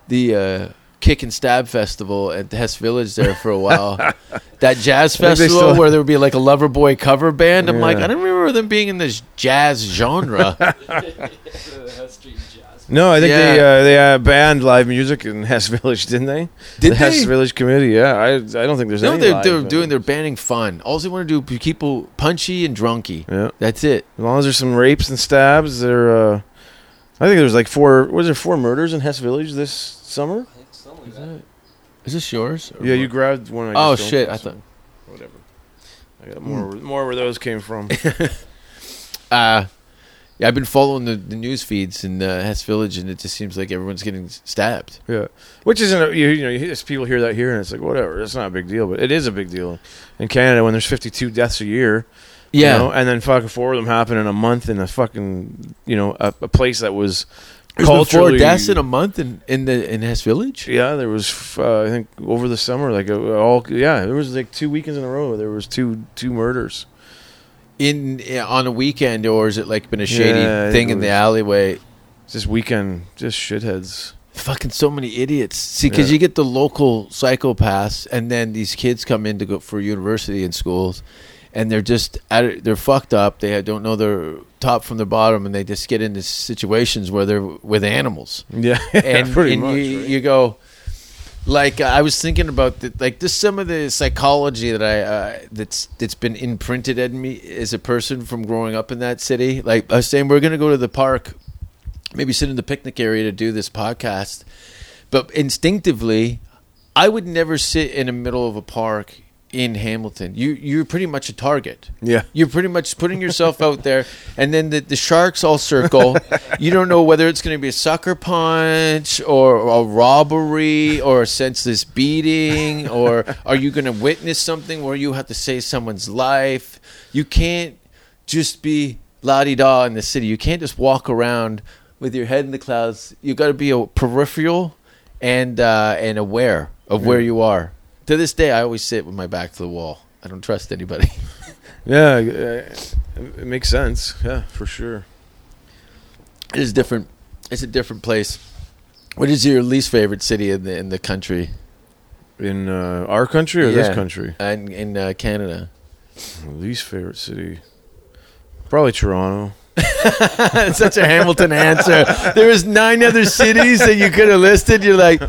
Speaker 4: the uh, Kick and Stab Festival at the Hess Village there for a
Speaker 5: [laughs]
Speaker 4: while. that jazz
Speaker 5: think they
Speaker 4: festival
Speaker 5: still-
Speaker 4: where there would be like a lover boy cover band. I'm like,
Speaker 5: Yeah.
Speaker 4: I don't remember them being in this jazz
Speaker 5: [laughs]
Speaker 4: genre.
Speaker 5: No, I think they
Speaker 4: Yeah.
Speaker 5: uh, they uh, banned live music in [laughs] Hess Village, didn't they?
Speaker 4: Did
Speaker 5: the Hess
Speaker 4: they?
Speaker 5: Village Committee? Yeah, I I don't think there's
Speaker 4: no,
Speaker 5: any
Speaker 4: they're,
Speaker 5: live, uh,
Speaker 4: they're
Speaker 5: but-
Speaker 4: doing they're banning fun. All they want to do is keep people punchy and drunky.
Speaker 5: Yeah.
Speaker 4: That's it.
Speaker 5: As long as there's some rapes and stabs, there. Uh, I think there was like four. Was there four murders in Hess Village this summer?
Speaker 4: Is this yours? Or
Speaker 5: Yeah, you
Speaker 4: what?
Speaker 5: grabbed one. I
Speaker 4: Oh
Speaker 5: just don't-
Speaker 4: shit! I thought. Hmm.
Speaker 5: whatever. I got more more where those came from. [laughs]
Speaker 4: Uh, yeah, I've been following the, the news feeds in uh, Hess Village, and it just seems like everyone's getting stabbed.
Speaker 5: yeah, which isn't a, you, you know you, hear- people hear that here and it's like whatever. It's not a big deal, but it is a big deal in Canada when there's 52 deaths a year. you
Speaker 4: Yeah,
Speaker 5: know, and then fucking four of them happen in a month in a fucking you know a, a place that was
Speaker 4: There's been
Speaker 5: culturally.
Speaker 4: four deaths in a month in, in the in Hess Village.
Speaker 5: yeah, there was f- uh, I think over the summer like uh, all yeah there was like two weekends in a row there was two two murders.
Speaker 4: In yeah, on a weekend, or is it like been a shady
Speaker 5: Yeah, I
Speaker 4: thing
Speaker 5: think
Speaker 4: in
Speaker 5: it
Speaker 4: the
Speaker 5: was-
Speaker 4: alleyway?
Speaker 5: Just weekend, just shitheads. [laughs]
Speaker 4: Fucking so many idiots. See, because
Speaker 5: Yeah.
Speaker 4: you get the local psychopaths, and then these kids come in to go for university and schools, and they're just at it, they're fucked up. They don't know their top from their bottom, and they just get into situations where they're with animals.
Speaker 5: [laughs] Yeah,
Speaker 4: and,
Speaker 5: pretty
Speaker 4: and
Speaker 5: much.
Speaker 4: you,
Speaker 5: right?
Speaker 4: you go like uh, I was thinking about the, like just some of the psychology that I uh, that's that's been imprinted in me as a person from growing up in that city. Like I was saying, we're gonna go to the park, maybe sit in the picnic area to do this podcast, but instinctively, I would never sit in the middle of a park in Hamilton. You you're pretty much a target.
Speaker 5: Yeah.
Speaker 4: [laughs] You're pretty much putting yourself out there, and then the, the sharks all circle. you don't know whether it's going to be a sucker punch or a robbery or a senseless beating, or are you going to witness something where you have to save someone's life? You can't just be la di da in the city. You can't just walk around with your head in the clouds. You got to be a peripheral and uh, and aware of where you are. To this day, I always sit with my back to the wall. I don't trust anybody.
Speaker 5: yeah, uh, it makes sense. Yeah, for sure.
Speaker 4: It is different. It's a different place. What is your least favorite city in the in the country?
Speaker 5: In uh, our country or this
Speaker 4: Yeah.
Speaker 5: country,
Speaker 4: And in uh, Canada, [laughs]
Speaker 5: least favorite city, probably Toronto.
Speaker 4: that's such a Hamilton answer. There was nine other cities that you could have listed. You're like.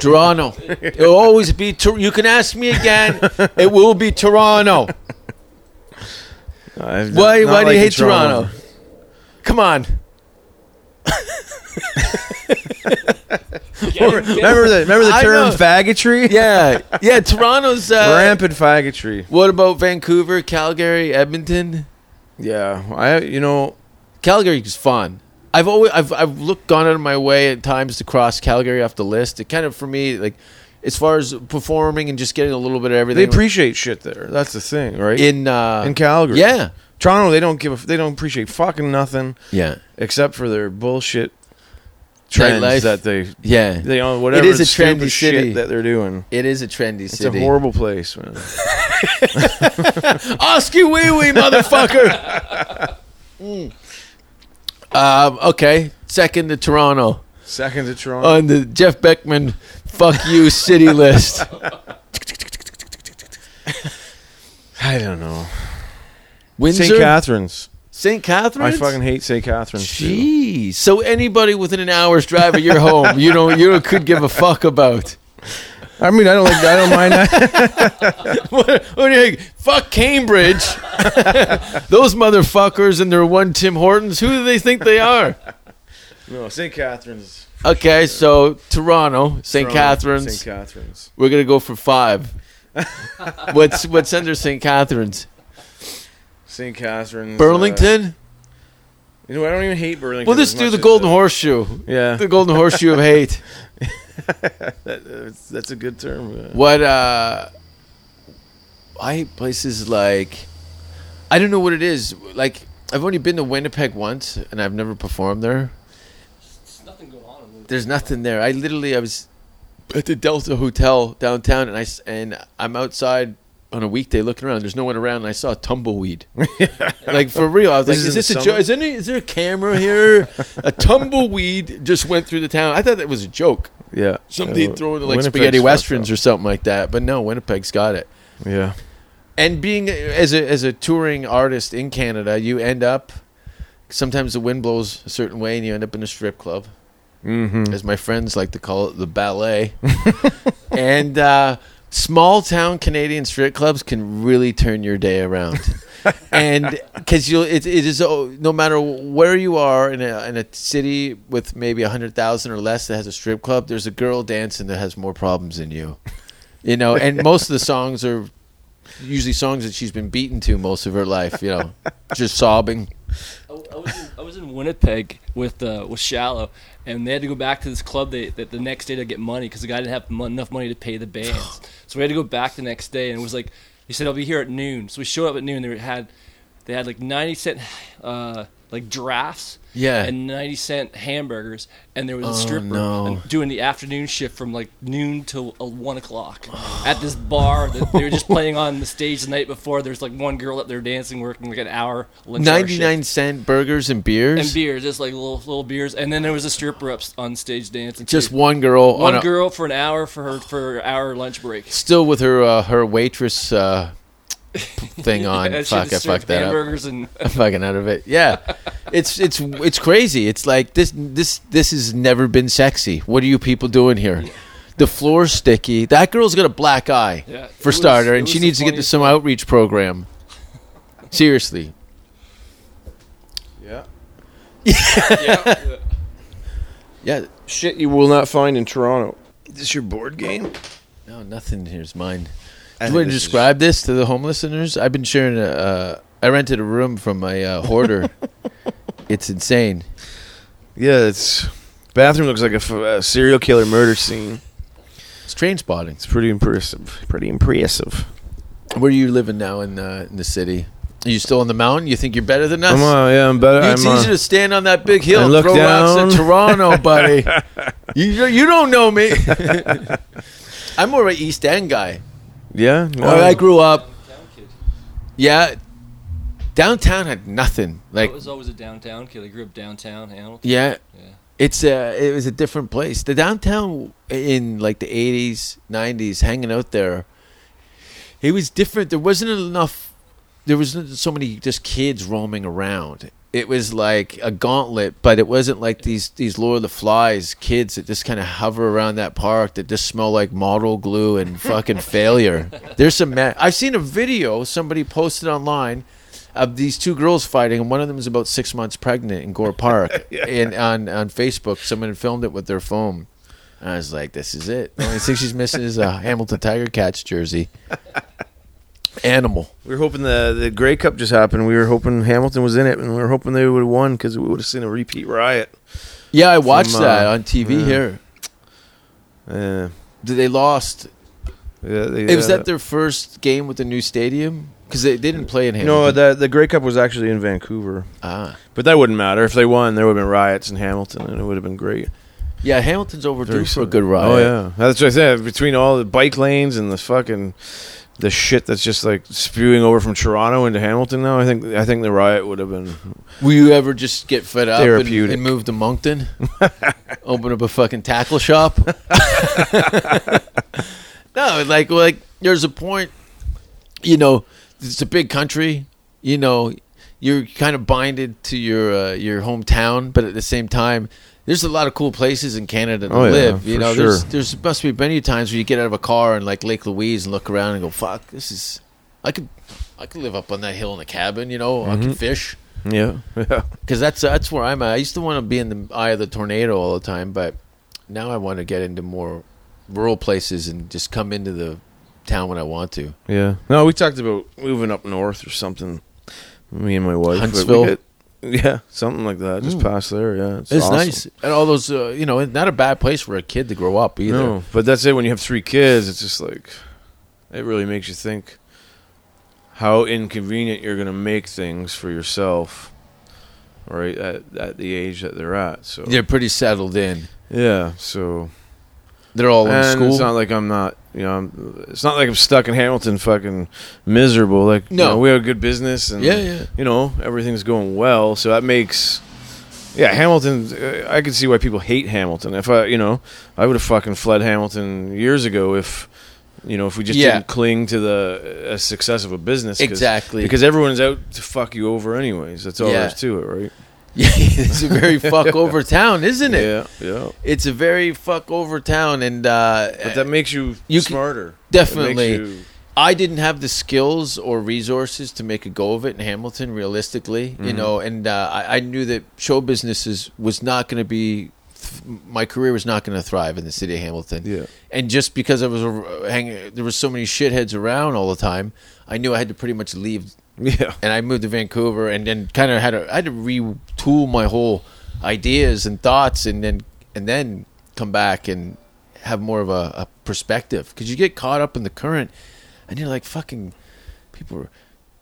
Speaker 4: Toronto. It'll always be. Tor- you can ask me again. It will be Toronto.
Speaker 5: I've
Speaker 4: Why? why do
Speaker 5: not
Speaker 4: you
Speaker 5: liking
Speaker 4: hate Toronto? Come on.
Speaker 5: [laughs] Remember the remember the
Speaker 4: I
Speaker 5: term
Speaker 4: know.
Speaker 5: faggotry?
Speaker 4: Yeah, yeah. Toronto's. Uh,
Speaker 5: rampant faggotry.
Speaker 4: What about Vancouver, Calgary, Edmonton?
Speaker 5: Yeah, I you know
Speaker 4: Calgary is fun. I've always I've I've looked gone out of my way at times to cross Calgary off the list. It kind of for me like as far as performing and just getting a little bit of
Speaker 5: they
Speaker 4: everything.
Speaker 5: appreciate shit there. That's the thing, right?
Speaker 4: in uh,
Speaker 5: in Calgary,
Speaker 4: Yeah,
Speaker 5: Toronto, they don't give a f they don't appreciate fucking nothing
Speaker 4: yeah,
Speaker 5: except for their bullshit trends
Speaker 4: Nightlife.
Speaker 5: that they
Speaker 4: yeah.
Speaker 5: they own whatever
Speaker 4: is a
Speaker 5: stupid
Speaker 4: trendy
Speaker 5: shit
Speaker 4: city.
Speaker 5: that they're doing.
Speaker 4: It is a trendy
Speaker 5: It's
Speaker 4: city.
Speaker 5: a horrible place,
Speaker 4: [laughs]
Speaker 5: man. [laughs]
Speaker 4: Oski wee wee, motherfucker. Mm. Um, okay, second to Toronto
Speaker 5: Second to Toronto.
Speaker 4: on the Jeff Beckman "fuck you" city
Speaker 5: [laughs]
Speaker 4: list.
Speaker 5: I don't know. St.
Speaker 4: Windsor,
Speaker 5: Catharines.
Speaker 4: St.
Speaker 5: I
Speaker 4: Catharines.
Speaker 5: fucking hate St. Catharines. too.
Speaker 4: Jeez. So anybody within an hour's drive of your home, you don't you don't could give a fuck about.
Speaker 5: I mean, I don't like. I don't mind that.
Speaker 4: [laughs] What, what do you think? Fuck Cambridge. [laughs] Those motherfuckers and their one Tim Hortons. Who do they think they are?
Speaker 5: no, St. Catharines.
Speaker 4: Okay, so Toronto, St.
Speaker 5: Toronto,
Speaker 4: Catharines.
Speaker 5: St. Catharines.
Speaker 4: We're gonna go for five. what's what's under St. Catharines?
Speaker 5: St. Catharines. uh,
Speaker 4: Burlington.
Speaker 5: you know, I don't even hate Burlington.
Speaker 4: we'll just
Speaker 5: as
Speaker 4: do
Speaker 5: much
Speaker 4: the
Speaker 5: as
Speaker 4: Golden Horseshoe.
Speaker 5: Yeah,
Speaker 4: The Golden Horseshoe of hate.
Speaker 5: that, that's, that's a good term. uh,
Speaker 4: What uh I hate places like I don't know what it is. Like I've only been to Winnipeg once and I've never performed there.
Speaker 6: There's nothing going on in
Speaker 4: There's nothing there. I literally I was at the Delta Hotel downtown and I s- and I'm outside on a weekday looking around. There's no one around and I saw a
Speaker 5: [laughs]
Speaker 4: tumbleweed. like for real. I was
Speaker 5: This
Speaker 4: like, is
Speaker 5: is
Speaker 4: this
Speaker 5: in the
Speaker 4: a
Speaker 5: summer?
Speaker 4: joke? Is, any- is there a camera here? a tumbleweed just went through the town. I thought that was a joke.
Speaker 5: Yeah,
Speaker 4: Somebody
Speaker 5: Uh,
Speaker 4: throwing like
Speaker 5: Winnipeg's
Speaker 4: spaghetti
Speaker 5: fucked
Speaker 4: westerns
Speaker 5: up.
Speaker 4: or something like that. But no, Winnipeg's got it.
Speaker 5: Yeah,
Speaker 4: And being as a as a touring artist in Canada, you end up sometimes the wind blows a certain way and you end up in a strip club. Mm-hmm. As my friends like to call it, the ballet. [laughs] and uh, small town Canadian strip clubs can really turn your day around. and because you, it, it is oh, no matter where you are in a in a city with maybe hundred thousand or less that has a strip club, there's a girl dancing that has more problems than you. You know, and most of the songs are usually songs that she's been beaten to most of her life. You
Speaker 6: [laughs]
Speaker 4: know, just sobbing.
Speaker 6: I, I was in, I was in Winnipeg with uh, with Shallow, and they had to go back to this club they, that the next day to get money because the guy didn't have mon- enough money to pay
Speaker 4: [sighs]
Speaker 6: the bands. so we had to go back the next day, and it was like he said, "I'll be here at noon." So we showed up at noon. They had they had like ninety cent uh, like drafts.
Speaker 4: Yeah. Oh,
Speaker 6: and ninety cent hamburgers, and there was a stripper
Speaker 4: no.
Speaker 6: and doing the afternoon shift from like noon till uh, one o'clock at this bar that they were just playing on the stage the night before. There's like one girl up there dancing, working like an hour. lunch hour shift
Speaker 4: Ninety nine cent burgers and beers. [laughs]
Speaker 6: and beers, just like little little beers. And then there was a stripper up on stage dancing. too.
Speaker 4: just one girl
Speaker 6: one
Speaker 4: on a,
Speaker 6: girl for an hour for her for her hour lunch break.
Speaker 4: still with her uh, her waitress
Speaker 6: [laughs]
Speaker 4: uh, thing on.
Speaker 6: And she
Speaker 4: fuck, I
Speaker 6: just
Speaker 4: fucked
Speaker 6: served
Speaker 4: that up.
Speaker 6: hamburgers and
Speaker 4: [laughs] I'm fucking out of it. Yeah, it's it's it's crazy. It's like this this this has never been sexy. What are you people doing here? The floor's sticky. That girl's got a black eye
Speaker 6: Yeah, it
Speaker 4: for
Speaker 6: was-
Speaker 4: starter,
Speaker 6: it
Speaker 4: and she
Speaker 6: was the
Speaker 4: needs to get to
Speaker 6: funniest
Speaker 4: some outreach program. Seriously,
Speaker 5: yeah.
Speaker 4: [laughs] yeah.
Speaker 5: Shit, you will not find in Toronto. Is this your board game?
Speaker 4: No, nothing here's mine.
Speaker 5: I
Speaker 4: Do
Speaker 5: think
Speaker 4: you want to
Speaker 5: this is-
Speaker 4: describe this to the home listeners? I've been sharing a. Uh, I rented a room from my uh,
Speaker 5: [laughs]
Speaker 4: hoarder. it's insane.
Speaker 5: Yeah, it's bathroom looks like a, f- a serial killer murder scene.
Speaker 4: It's train spotting.
Speaker 5: It's pretty impressive. Pretty impressive.
Speaker 4: Where are you living now in the in the city? Are you still on the mountain? You think you're better than us?
Speaker 5: I'm uh, yeah, I'm better.
Speaker 4: It's
Speaker 5: I'm, uh,
Speaker 4: easy to stand on that big hill
Speaker 5: I
Speaker 4: and
Speaker 5: look
Speaker 4: throw rocks
Speaker 5: down.
Speaker 4: at
Speaker 5: [laughs]
Speaker 4: Toronto, buddy. you you don't know me. I'm more of an East End guy.
Speaker 5: yeah. no.
Speaker 4: Where I grew up. Yeah, downtown had nothing. Like
Speaker 6: I was always a downtown kid. I grew up downtown Hamilton. [laughs]
Speaker 4: Yeah.
Speaker 6: Yeah.
Speaker 4: It's a it was a different place. The downtown in like the 80s, 90s hanging out there. It was different. There wasn't enough there wasn't so many just kids roaming around. It was like a gauntlet, but it wasn't like these these Lord of the Flies kids that just kind of hover around that park that just smell like model glue and fucking failure. There's some. Ma- I've seen a video somebody posted online of these two girls fighting, and one of them is about six months pregnant in Gore
Speaker 5: [laughs]
Speaker 4: Park. And on on Facebook, someone filmed it with their phone. And I was like, "This is it." The only thing she's missing is
Speaker 5: [laughs]
Speaker 4: a Hamilton Tiger Cats jersey. Animal.
Speaker 5: We were hoping the the Grey Cup just happened. We were hoping Hamilton was in it, and we were hoping they would have won because we would have seen a repeat riot.
Speaker 4: Yeah, I watched
Speaker 5: uh,
Speaker 4: that on TV
Speaker 5: yeah.
Speaker 4: here.
Speaker 5: Uh,
Speaker 4: Did They lost.
Speaker 5: yeah, they,
Speaker 4: It was
Speaker 5: uh,
Speaker 4: that their first game with the new stadium because they, they didn't play in Hamilton.
Speaker 5: No, the the Grey Cup was actually in Vancouver,
Speaker 4: ah,
Speaker 5: but that wouldn't matter if they won. There would have been riots in Hamilton, and it would have been great.
Speaker 4: yeah, Hamilton's overdue
Speaker 5: Very Oh,
Speaker 4: for a
Speaker 5: soon.
Speaker 4: good ride.
Speaker 5: Oh yeah, that's what I said. Between all the bike lanes and the fucking the shit that's just like spewing over from Toronto into Hamilton now. I think I think the riot would have been
Speaker 4: Will you ever just get fed up and,
Speaker 5: Therapeutic.
Speaker 4: and move to Moncton? [laughs] Open up a fucking tackle shop? [laughs] no, like like there's a point. You know, it's a big country. You know, you're kind of binded to your uh, your hometown, but at the same time, there's a lot of cool places in Canada to
Speaker 5: Oh, yeah,
Speaker 4: live. You
Speaker 5: for
Speaker 4: know,
Speaker 5: sure.
Speaker 4: there's there's must be many times where you get out of a car and like Lake Louise and look around and go, "Fuck, this is I could." I could live up on that hill in a cabin, you know. I
Speaker 5: Mm-hmm.
Speaker 4: could fish
Speaker 5: yeah [laughs] yeah
Speaker 4: because that's that's where I'm at. I used to want to be in the eye of the tornado all the time, but now I want to get into more rural places and just come into the town when I want to.
Speaker 5: yeah. No, we talked about moving up north or something. Me and my wife, but we
Speaker 4: Huntsville?
Speaker 5: get- [laughs] yeah, something like that. Just past there, yeah.
Speaker 4: It's,
Speaker 5: awesome.
Speaker 4: nice, and all those uh, you know, it's not a bad place for a kid to grow up either.
Speaker 5: No, but that's it. When you have three kids, it's just like it really makes you think how inconvenient you're going to make things for yourself, right? At at the age that they're at. So
Speaker 4: They're pretty settled in.
Speaker 5: yeah. So
Speaker 4: They're all in
Speaker 5: and
Speaker 4: school.
Speaker 5: it's not like I'm not, you know, I'm, it's not like I'm stuck in Hamilton, fucking miserable. Like you
Speaker 4: No.
Speaker 5: know, we have a good business, and
Speaker 4: Yeah, yeah. [laughs]
Speaker 5: you know, everything's going well. So that makes. Yeah, Hamilton. uh, I can see why people hate Hamilton. If I, you know, I would have fucking fled Hamilton years ago if, you know, if we just
Speaker 4: Yeah.
Speaker 5: didn't cling to the uh, success of a business. 'cause-
Speaker 4: Exactly.
Speaker 5: Because everyone's out to fuck you over, anyways. That's all
Speaker 4: Yeah.
Speaker 5: there's to it, right?
Speaker 4: Yeah, it's a
Speaker 5: [laughs]
Speaker 4: very fuck over town, isn't it?
Speaker 5: Yeah, yeah.
Speaker 4: It's a very fuck over town, and uh,
Speaker 5: But that makes you,
Speaker 4: You c-
Speaker 5: smarter. It makes
Speaker 4: Definitely.
Speaker 5: you- [laughs]
Speaker 4: I didn't have the skills or resources to make a go of it in Hamilton, realistically, you know, and uh, I, I knew that show businesses was not going to be, th- my career was not going to thrive in the city of Hamilton.
Speaker 5: Yeah.
Speaker 4: And just because I was a- hanging, there was so many shitheads around all the time, I knew I had to pretty much leave
Speaker 5: yeah.
Speaker 4: and I moved to Vancouver, and then kind of had to I had to retool my whole ideas and thoughts, and then and then come back and have more of a, a perspective because you get caught up in the current, and you're like fucking people are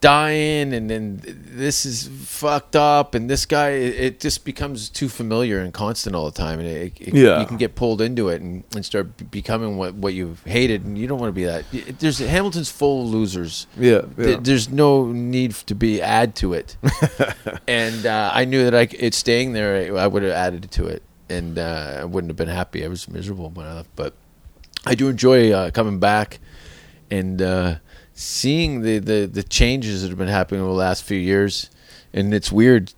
Speaker 4: dying, and then this is fucked up, and this guy it, it just becomes too familiar and constant all the time, and it, it,
Speaker 5: Yeah.
Speaker 4: you can get pulled into it and, and start b- becoming what what you've hated, and you don't want to be that. It- There's Hamilton's full of losers.
Speaker 5: Yeah, yeah.
Speaker 4: Th- there's no need to be add to it. and uh, I knew that I, c- it staying there, I would have added to it, and uh, I wouldn't have been happy. I was miserable when I left, but I do enjoy uh, coming back and uh, seeing the, the the changes that have been happening over the last few years. And it's weird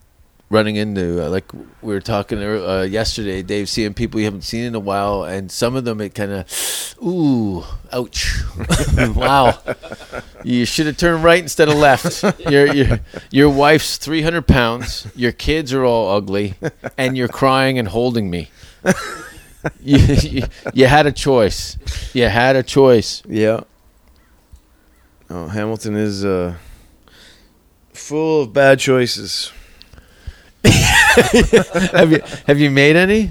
Speaker 4: running into uh, like we were talking uh, yesterday, Dave, seeing people you haven't seen in a while, and some of them it kind of, ooh, ouch, [laughs] wow. You should have turned right instead of [laughs] left. Your your your wife's three hundred pounds. Your kids are all ugly, and you're crying and holding [laughs] me. You, you, you had a choice. You had a choice.
Speaker 5: Yeah. Oh, Hamilton is uh, full of bad choices.
Speaker 4: Have you have you made any?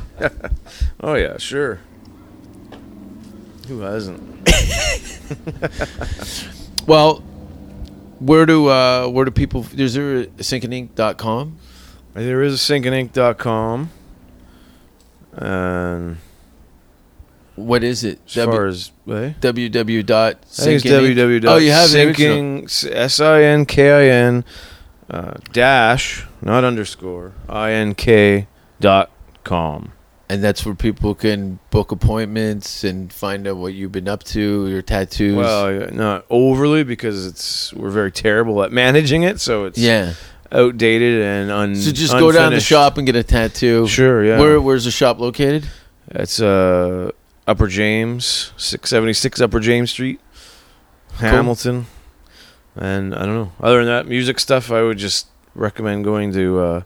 Speaker 5: Oh yeah, sure. Who hasn't?
Speaker 4: Well, where do uh, where do people? Is there a sinkandink.com?
Speaker 5: There is a sinkandink.com. And
Speaker 4: What is it?
Speaker 5: as far as eh?
Speaker 4: www.
Speaker 5: I think it's www.
Speaker 4: Oh, you have the original.
Speaker 5: sinking s i n k i n uh, dash not underscore i n k dot com.
Speaker 4: and that's where people can book appointments and find out what you've been up to, your tattoos.
Speaker 5: Well, yeah, not overly because it's we're very terrible at managing it, so it's
Speaker 4: yeah.
Speaker 5: outdated and un.
Speaker 4: So just go down to
Speaker 5: unfinished.
Speaker 4: shop and get a tattoo.
Speaker 5: Sure, yeah.
Speaker 4: Where where's the shop located?
Speaker 5: It's uh, Upper James, six seventy six Upper James Street, Hamilton, and I don't know. Other than that, music stuff, I would just recommend going to uh,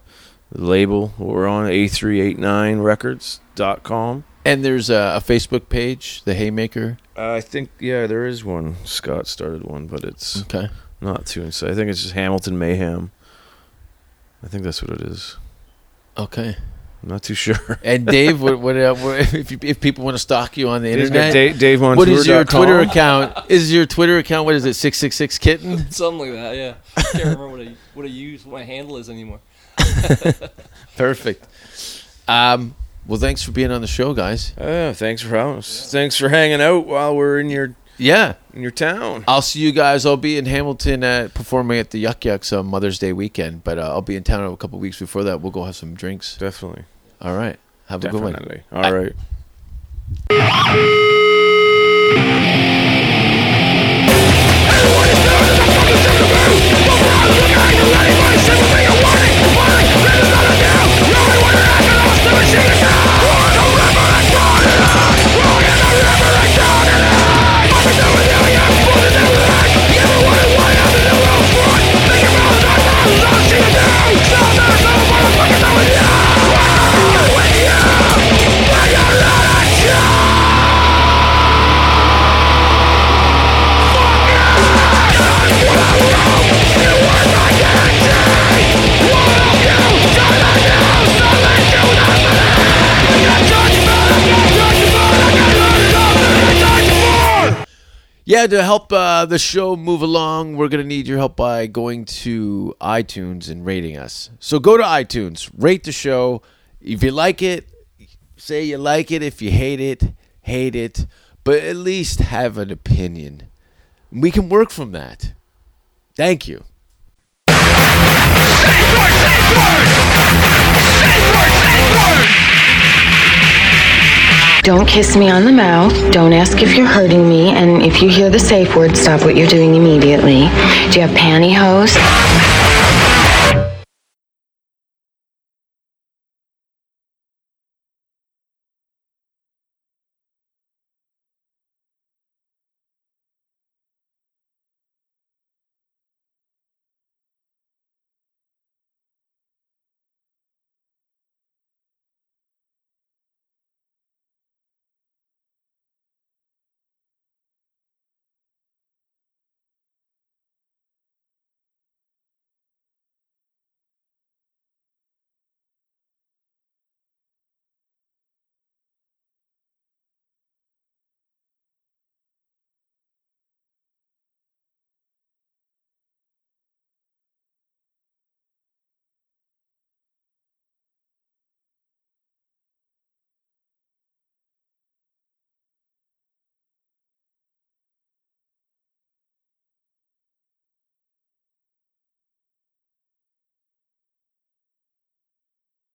Speaker 5: the label we're on a three eight nine records dot com.
Speaker 4: And there's a, a Facebook page, the Haymaker.
Speaker 5: I think yeah, there is one. Scott started one, but it's
Speaker 4: Okay.
Speaker 5: not too inside. I think it's just Hamilton Mayhem. I think that's what it is.
Speaker 4: Okay.
Speaker 5: I'm not too [laughs] sure.
Speaker 4: And Dave, what, what, uh, what if you, if people want to stalk you on the
Speaker 5: Dave's got
Speaker 4: internet?
Speaker 5: Dave- Dave on
Speaker 4: what is
Speaker 5: tour
Speaker 4: your
Speaker 5: dot com.
Speaker 4: Twitter account? Is your Twitter account what is it? Six six six kitten.
Speaker 6: Something like that, yeah. I can't remember what I what I use, what my handle is anymore.
Speaker 4: Perfect. Um. Well, thanks for being on the show, guys.
Speaker 5: Ah, Oh, thanks for having us. Thanks for hanging out while we're in your
Speaker 4: Yeah.
Speaker 5: in your town.
Speaker 4: I'll see you guys. I'll be in Hamilton at, performing at the Yuck Yucks on Mother's Day weekend, but uh, I'll be in town a couple weeks before that. We'll go have some drinks.
Speaker 5: Definitely.
Speaker 4: All right. Have a good one.
Speaker 5: Definitely. All right.
Speaker 4: Yeah, to help uh, the show move along, we're going to need your help by going to iTunes and rating us. So go to iTunes, rate the show. If you like it, say you like it. If you hate it, hate it. But at least have an opinion. We can work from that. Thank you.
Speaker 9: Don't kiss me on the mouth. Don't ask if you're hurting me. And if you hear the safe word, stop what you're doing immediately. Do you have pantyhose?